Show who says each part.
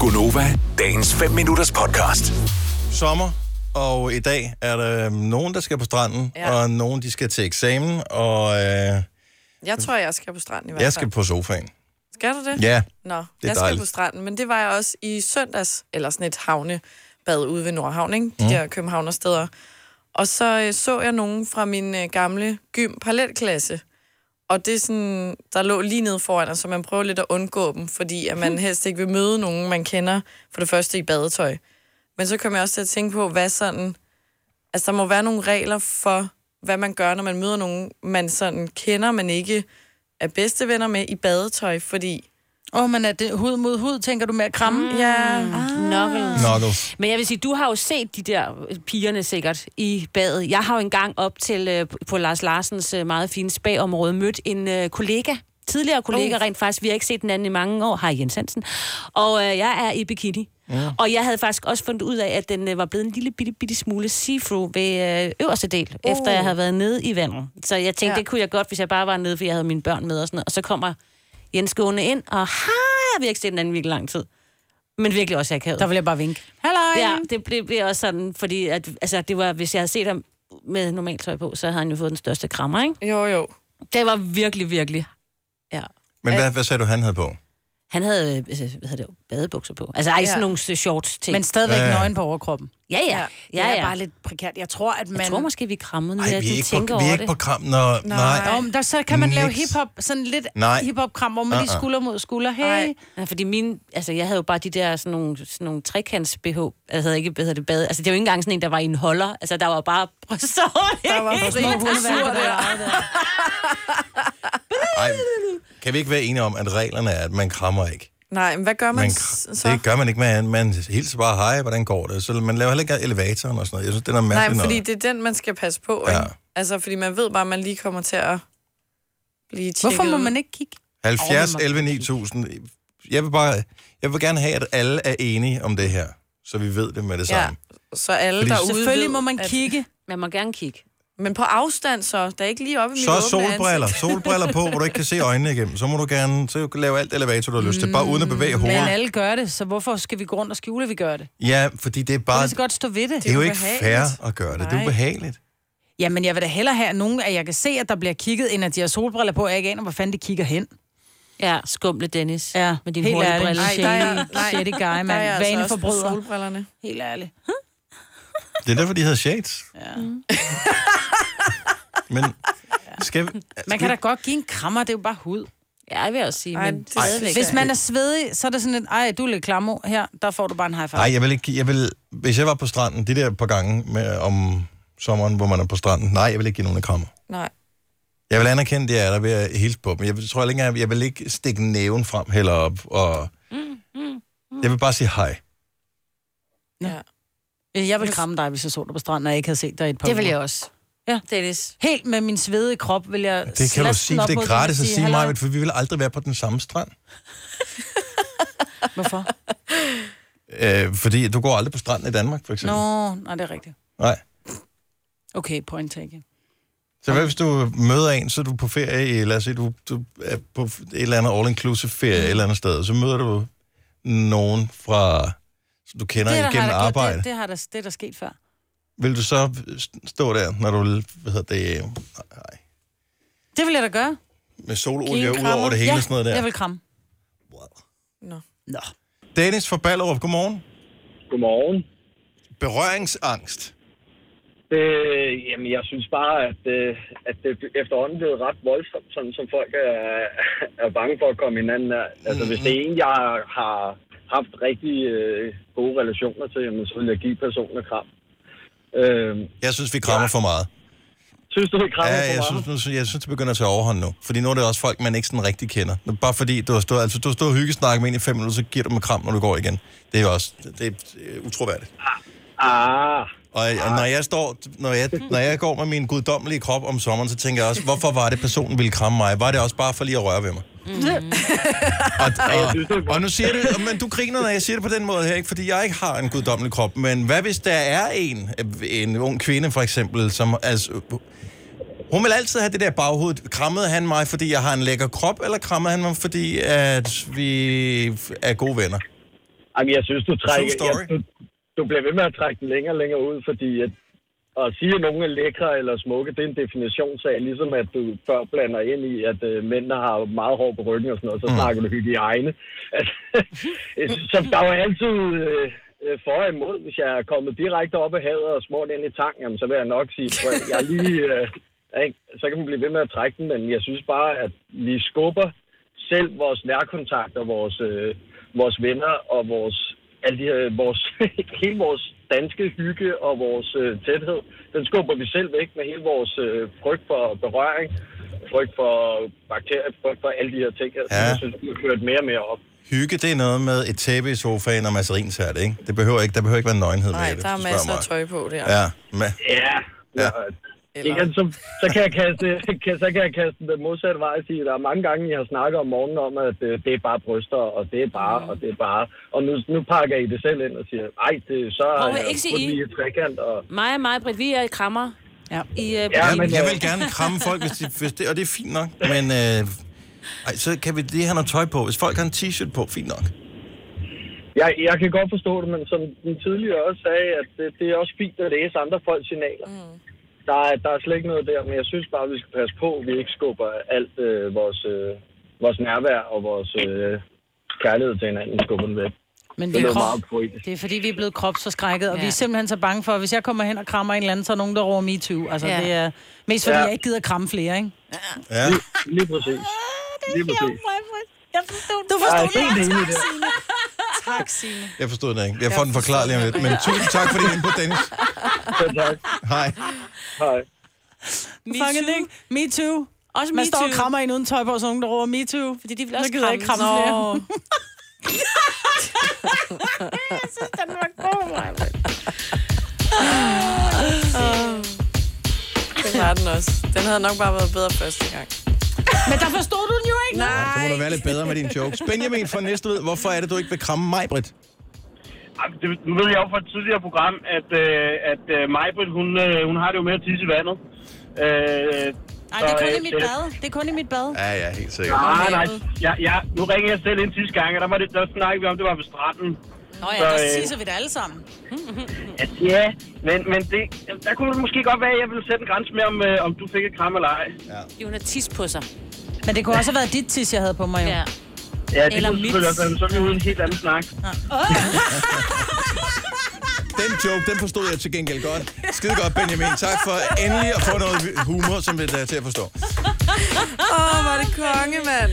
Speaker 1: Gunova, dagens 5 minutters podcast.
Speaker 2: sommer, og i dag er der øhm, nogen, der skal på stranden, ja.
Speaker 3: Ja.
Speaker 2: og nogen, de skal til eksamen, og øh,
Speaker 3: Jeg tror, jeg skal på stranden i hvert fald.
Speaker 2: jeg skal på sofaen.
Speaker 3: skal du det?
Speaker 2: Ja,
Speaker 3: Nå, jeg skal
Speaker 2: dejligt.
Speaker 3: på stranden, men det var jeg også i søndags, eller sådan et havnebad ude ved Nordhavn, ikke? de mm. der københavnersteder. Og så øh, så jeg nogen fra min øh, gamle gym parallelklasse og det er sådan, der lå lige nede foran os, så man prøver lidt at undgå dem, fordi at man helst ikke vil møde nogen, man kender for det første i badetøj. Men så kom jeg også til at tænke på, hvad sådan... Altså, der må være nogle regler for, hvad man gør, når man møder nogen, man sådan kender, men ikke er bedste venner med i badetøj, fordi...
Speaker 4: Åh, oh, men er det hud mod hud, tænker du med at kramme? Mm.
Speaker 3: Ja,
Speaker 5: Knuckles.
Speaker 2: knuckles.
Speaker 5: Men jeg vil sige, du har jo set de der øh, pigerne sikkert i badet. Jeg har jo engang op til øh, på Lars Larsens øh, meget fine spagområde mødt en øh, kollega, tidligere kollega
Speaker 3: Oh.
Speaker 5: oh. rent faktisk. Vi har ikke set den anden i mange år, hej Jens Hansen. Og øh, jeg er i bikini. Ja. Og jeg havde faktisk også fundet ud af, at den øh, var blevet en lille bitte, bitte smule see-through ved øh, øverste del, uh. efter jeg havde været nede i vandet. Så jeg tænkte,
Speaker 3: Ja.
Speaker 5: ja. det kunne jeg godt, hvis jeg bare var nede, for jeg havde mine børn med og sådan noget. Og så kommer Jens gående ind, og har vi har ikke set den anden i virkelig lang tid. Men virkelig også akavet.
Speaker 4: Der vil jeg bare vinke. Halløj!
Speaker 5: Ja, det blev, blev også sådan, fordi at, altså, det var, hvis jeg havde set ham med normalt tøj på, så havde han jo fået den største krammer, ikke?
Speaker 3: jo, jo.
Speaker 5: Det var virkelig, virkelig... Ja.
Speaker 2: Men hvad, hvad sagde du, han havde på?
Speaker 5: Han havde, øh, altså, hvad hedder det, badebukser på. Altså, ej,
Speaker 3: Ja.
Speaker 5: sådan nogle shorts ting.
Speaker 4: Men stadigvæk
Speaker 2: Ja, ja.
Speaker 4: ja. nøgen på overkroppen.
Speaker 5: ja, ja, ja,
Speaker 4: Det er
Speaker 5: ja.
Speaker 4: bare lidt prekært. Jeg tror, at man...
Speaker 5: Jeg tror måske, vi krammede, når
Speaker 2: Nej, vi er
Speaker 5: de
Speaker 2: ikke
Speaker 5: tænker
Speaker 2: på, vi er
Speaker 5: over
Speaker 2: ikke på
Speaker 5: det.
Speaker 2: kram, når... Nej.
Speaker 3: Nej.
Speaker 2: nej.
Speaker 4: Nå, men der, så kan man lave
Speaker 2: Niks.
Speaker 4: hiphop, sådan lidt
Speaker 2: Nej.
Speaker 4: hiphop-kram, hvor man lige
Speaker 2: Uh-uh.
Speaker 4: skulder mod skulder. Hey.
Speaker 3: Ej.
Speaker 5: Ja, fordi min, altså, jeg havde jo bare de der sådan nogle, sådan nogle trekants BH. Jeg havde ikke bedre det bade. Altså, det var jo ikke engang sådan en, der var i en holder. Altså, der var bare bryster.
Speaker 3: Der var fri
Speaker 4: hundeværker,
Speaker 3: sur
Speaker 4: der
Speaker 3: der.
Speaker 2: Ej, kan vi ikke være enige om, at reglerne er, at man krammer ikke?
Speaker 3: Nej, men hvad gør man,
Speaker 2: Man,
Speaker 3: man
Speaker 2: kr-
Speaker 3: så?
Speaker 2: det gør man ikke, man, man hilser bare, hej, hvordan går det? Så man laver heller ikke elevatoren og sådan noget. Jeg synes, det er noget
Speaker 3: Nej,
Speaker 2: mærkeligt
Speaker 3: men fordi
Speaker 2: noget.
Speaker 3: det er den, man skal passe på,
Speaker 2: Ja.
Speaker 3: ja. ikke? Altså, fordi man ved bare, at man lige kommer til at blive tjekket.
Speaker 4: Hvorfor må
Speaker 3: ud.
Speaker 4: man ikke kigge?
Speaker 2: 70,
Speaker 4: Åh,
Speaker 2: 11, 9000. Jeg vil, bare, jeg vil gerne have, at alle er enige om det her, så vi ved det med det
Speaker 3: Ja,
Speaker 2: samme.
Speaker 3: så alle
Speaker 2: Fordi-
Speaker 3: derude
Speaker 4: Selvfølgelig
Speaker 3: ved,
Speaker 4: må man kigge.
Speaker 5: Man må gerne kigge.
Speaker 3: Men på afstand så, der er ikke lige oppe i mit
Speaker 2: Så
Speaker 3: åbne
Speaker 2: solbriller.
Speaker 3: ansigt.
Speaker 2: Solbriller på, hvor du ikke kan se øjnene igennem. Så må du gerne så kan du lave alt elevator, du har lyst til. Bare uden at bevæge
Speaker 4: Mm, Men
Speaker 2: hovedet.
Speaker 4: alle gør det, så hvorfor skal vi gå rundt og skjule, at vi gør det?
Speaker 2: Ja, fordi det er
Speaker 4: Vi
Speaker 2: bare...
Speaker 4: kan så godt stå ved det.
Speaker 2: Det er jo ikke
Speaker 3: ubehageligt.
Speaker 2: fair at gøre det. Det er
Speaker 3: Nej.
Speaker 2: ubehageligt.
Speaker 4: Jamen, jeg vil da hellere have nogen, at jeg kan se, at der bliver kigget, end at de har solbriller på, og jeg ikke aner, hvor fanden de kigger hen.
Speaker 5: Ja, skumle Dennis.
Speaker 4: Ja,
Speaker 5: med din
Speaker 4: helt
Speaker 5: hurtige
Speaker 4: ærligt.
Speaker 5: brille.
Speaker 4: Ej,
Speaker 5: Nej,
Speaker 4: der er- nej. Shitty guy, mand.
Speaker 3: Der er jeg altså også på
Speaker 4: Vaneforbryder.
Speaker 3: solbrillerne.
Speaker 4: Helt ærligt.
Speaker 2: Det er derfor, de hedder shades. Ja. Men skal vi...
Speaker 4: Man kan da godt give en krammer, det er jo bare hud.
Speaker 5: Ja, jeg vil også sige,
Speaker 3: Ej,
Speaker 5: men
Speaker 3: det synes
Speaker 5: stadigvæk.
Speaker 3: jeg
Speaker 4: Hvis man er svedig, så er det sådan et, ej, du er lidt klammer her, der får du bare en high five.
Speaker 2: Nej, jeg vil ikke... give- Jeg vil... Hvis jeg var på stranden, de der par gange med, om sommeren, hvor man er på stranden, nej, jeg vil ikke give nogen en krammer.
Speaker 3: Nej.
Speaker 2: Jeg vil anerkende, det er der ved at hilse på dem. Jeg vil- tror ikke engang, jeg vil ikke stikke næven frem heller op. Og... Jeg vil bare sige hej.
Speaker 3: Ja.
Speaker 4: Jeg vil kramme dig, hvis jeg så dig på stranden, og jeg ikke havde set dig i et par
Speaker 5: Det vil
Speaker 4: uger.
Speaker 5: jeg også.
Speaker 4: Ja.
Speaker 5: Dennis.
Speaker 4: Helt med min svedige krop vil jeg
Speaker 2: Det kan du
Speaker 4: slaske den
Speaker 2: sige,
Speaker 4: op
Speaker 2: det
Speaker 4: mod
Speaker 2: er
Speaker 4: den og
Speaker 2: gratis at sige
Speaker 4: "Hallo."
Speaker 2: mig, for vi vil aldrig være på den samme strand.
Speaker 4: Hvorfor?
Speaker 2: Øh, fordi du går aldrig på stranden i Danmark, for eksempel. No.
Speaker 4: Nå, nej, det er rigtigt.
Speaker 2: Nej.
Speaker 4: Okay, point taken.
Speaker 2: Så hvad hvis du møder en, så er du på ferie, i- lad os sige, du, du er på et eller andet all-inclusive ferie
Speaker 4: Mm.
Speaker 2: et eller andet sted, så møder du nogen fra, som du kender
Speaker 4: det,
Speaker 2: det,
Speaker 4: der
Speaker 2: igennem
Speaker 4: har der gjort,
Speaker 2: arbejde.
Speaker 4: Det, det, har der, det er der sket før.
Speaker 2: Vil du så stå der, når du, hvad hedder det, øh, nej,
Speaker 4: Det vil jeg da gøre.
Speaker 2: med
Speaker 4: Give
Speaker 2: sololie
Speaker 4: en
Speaker 2: ud
Speaker 4: krammer.
Speaker 2: over det hele
Speaker 4: ja,
Speaker 2: og sådan noget der?
Speaker 4: jeg vil kramme.
Speaker 3: Nå.
Speaker 4: Nå.
Speaker 2: Dennis fra Ballerup, godmorgen.
Speaker 6: Godmorgen.
Speaker 2: Berøringsangst.
Speaker 6: Øh, jamen, jeg synes bare, at, øh, at det efterhånden er blevet ret voldsomt, sådan som folk er, er bange for at komme hinanden af. Altså, hvis det er en, jeg har haft rigtig øh, gode relationer til, jamen, så vil jeg give personen et kram. Øh,
Speaker 2: Jeg synes, vi krammer ja. for meget.
Speaker 6: synes du, det krammer
Speaker 2: Ja, jeg
Speaker 6: for meget?
Speaker 2: synes, nu, jeg synes, det begynder at tage overhånd nu. Fordi nu er det også folk, man ikke sådan rigtig kender. Bare fordi du har stået, altså, du har stået og hyggesnakket med en i fem minutter, så giver du dem et kram, når du går igen. Det er jo også det er øh, utroværdigt.
Speaker 6: Ah,
Speaker 2: Og, og når, jeg står, når, jeg, når jeg går med min guddommelige krop om sommeren, så tænker jeg også, hvorfor var det, personen ville kramme mig? Var det også bare for lige at røre ved mig? Mm. og, og, og nu siger jeg det, men du griner, når jeg siger det på den måde her, ikke? fordi jeg ikke har en guddommelig krop. Men hvad hvis der er en, en ung kvinde for eksempel, som... Altså, hun vil altid have det der baghoved. Krammede han mig, fordi jeg har en lækker krop, eller krammede han mig, fordi at vi er gode venner?
Speaker 6: Jamen, jeg synes, du trækker...
Speaker 2: True story.
Speaker 6: Jeg, du, du bliver ved med at trække den længere og længere ud, fordi at, at sige, at nogen er lækre eller smukke, det er en definitionssag, ligesom at du før blander ind i, at øh, mænd der har meget hår på ryggen og sådan noget, så snakker du hygiejne. Altså, jeg synes, så der er jo altid øh, øh, for og imod. Hvis jeg er kommet direkte op af havet og smurt ind i tanken, jamen, så vil jeg nok sige, at jeg er lige... Øh, ikke? Så kan man blive ved med at trække den, men jeg synes bare, at vi skubber selv vores nærkontakter, vores, øh, vores venner og vores, alle de her, øh, vores, hele vores danske hygge og vores øh, tæthed, den skubber vi selv væk med hele vores øh, frygt for berøring, frygt for bakterier, frygt for alle de her ting, her, ja.
Speaker 2: Ja.
Speaker 6: som jeg synes, vi har kørt mere og mere op.
Speaker 2: Hygge, det er noget med et tæppe i sofaen og masserinsat, ikke? Det behøver ikke, der behøver ikke være nøgenhed med
Speaker 3: Nej,
Speaker 2: det,
Speaker 3: der er
Speaker 2: hvis du
Speaker 3: masser
Speaker 2: spørger
Speaker 3: af tøj på der.
Speaker 2: mig. Ja, men
Speaker 6: Ja,
Speaker 2: Ja.
Speaker 6: ja. Igen, så, så, kan jeg kaste, kan, så kan jeg kaste den modsatte vej og sige, at der er mange gange, jeg har snakket om morgenen om, at øh, det er bare bryster, og det er bare, og det er bare. Og nu, nu pakker I det selv ind og siger, ej, det, så
Speaker 5: Må
Speaker 6: har
Speaker 5: vi
Speaker 6: jeg
Speaker 5: ikke sige
Speaker 6: kun
Speaker 5: I?
Speaker 6: lige et trekant. Og,
Speaker 5: Mig og mig, Britt, vi er i krammer.
Speaker 4: Ja.
Speaker 5: I, uh,
Speaker 6: Ja,
Speaker 2: jeg,
Speaker 6: men,
Speaker 2: jeg
Speaker 6: øh,
Speaker 2: vil gerne kramme folk, hvis de, hvis det, og det er fint nok, men øh, ej, så kan vi lige have noget tøj på. Hvis folk har en t-shirt på, fint nok.
Speaker 6: jeg, jeg kan godt forstå det, men som den tidligere også sagde, at det, det er også fint at læse andre folks signaler. Mm. Der, er- der er slet ikke noget der, men jeg synes bare, at vi skal passe på, at vi ikke skubber alt øh, vores, øh, vores nærvær og vores øh, kærlighed til hinanden, skubber den væk.
Speaker 4: Men
Speaker 6: Det
Speaker 4: vi er
Speaker 6: lød
Speaker 4: krop,
Speaker 6: meget poetisk.
Speaker 4: det er fordi, vi er blevet kropsforskrækket, og
Speaker 5: Ja.
Speaker 4: vi er simpelthen så bange for, at hvis jeg kommer hen og krammer en eller anden, så er nogen, der råber MeToo. Altså,
Speaker 5: Ja.
Speaker 4: det er mest fordi,
Speaker 6: Ja.
Speaker 4: jeg ikke gider kramme flere, ikke?
Speaker 2: Ja.
Speaker 6: Lige præcis.
Speaker 4: Ah,
Speaker 6: Lige præcis.
Speaker 4: Jeg forstod det. Du
Speaker 6: Jeg
Speaker 4: forstod
Speaker 6: er helt enig i det.
Speaker 3: Tak, Signe.
Speaker 2: Jeg forstod den ikke. Jeg får den forklaret lige om lidt. Men tusind tak for din input, Dennis.
Speaker 6: Selv tak.
Speaker 2: Hej.
Speaker 6: Hej.
Speaker 4: Me Fanget, ikke? Me too.
Speaker 5: Også
Speaker 4: Man
Speaker 5: me
Speaker 4: står og
Speaker 5: too.
Speaker 4: krammer en uden tøj på, og så er nogen, der råber me too.
Speaker 5: Fordi de vil
Speaker 4: Så
Speaker 5: også
Speaker 4: gider jeg ikke kramme
Speaker 5: Nå.
Speaker 4: flere.
Speaker 3: Den Ah, var den også. Den havde nok bare været bedre første gang.
Speaker 4: Men der forstod du den jo ikke.
Speaker 3: Nej.
Speaker 2: Så må du være lidt bedre med dine jokes. Benjamin fra næste ved, hvorfor er det, du ikke vil kramme mig, Britt?
Speaker 7: Ej, det, nu ved jeg jo fra et tidligere program, at, øh, at øh, Majbrit, hun, øh, hun har det jo med at tisse i vandet. Øh,
Speaker 4: Nej, det er
Speaker 7: så,
Speaker 4: kun
Speaker 7: øh,
Speaker 4: i mit bad. Det er kun i mit bad.
Speaker 2: Ja, ja, helt sikkert.
Speaker 7: Nej, nej. Ja, ja, nu ringer jeg selv ind sidste gang, og der, var det, der snakkede vi om, det var ved stranden.
Speaker 4: Nå ja,
Speaker 7: Så,
Speaker 4: der
Speaker 7: øh,
Speaker 4: tisser vi det alle sammen.
Speaker 7: At, ja, men, men det, der kunne det måske godt være, at jeg ville sætte en grænse med, om, øh, om du fik et kram eller ej.
Speaker 5: Hun har tis på sig.
Speaker 4: Men det kunne også have været dit tis, jeg havde på mig jo.
Speaker 5: Ja.
Speaker 7: Ja, det
Speaker 5: Eller
Speaker 7: kunne
Speaker 5: mit.
Speaker 7: selvfølgelig også være, men så er vi ude i en helt anden snak.
Speaker 2: Den joke, den forstod jeg til gengæld godt. Skide godt, Benjamin. Tak for endelig at få noget humor, som det er til at forstå.
Speaker 3: Åh, oh, var det konge, mand.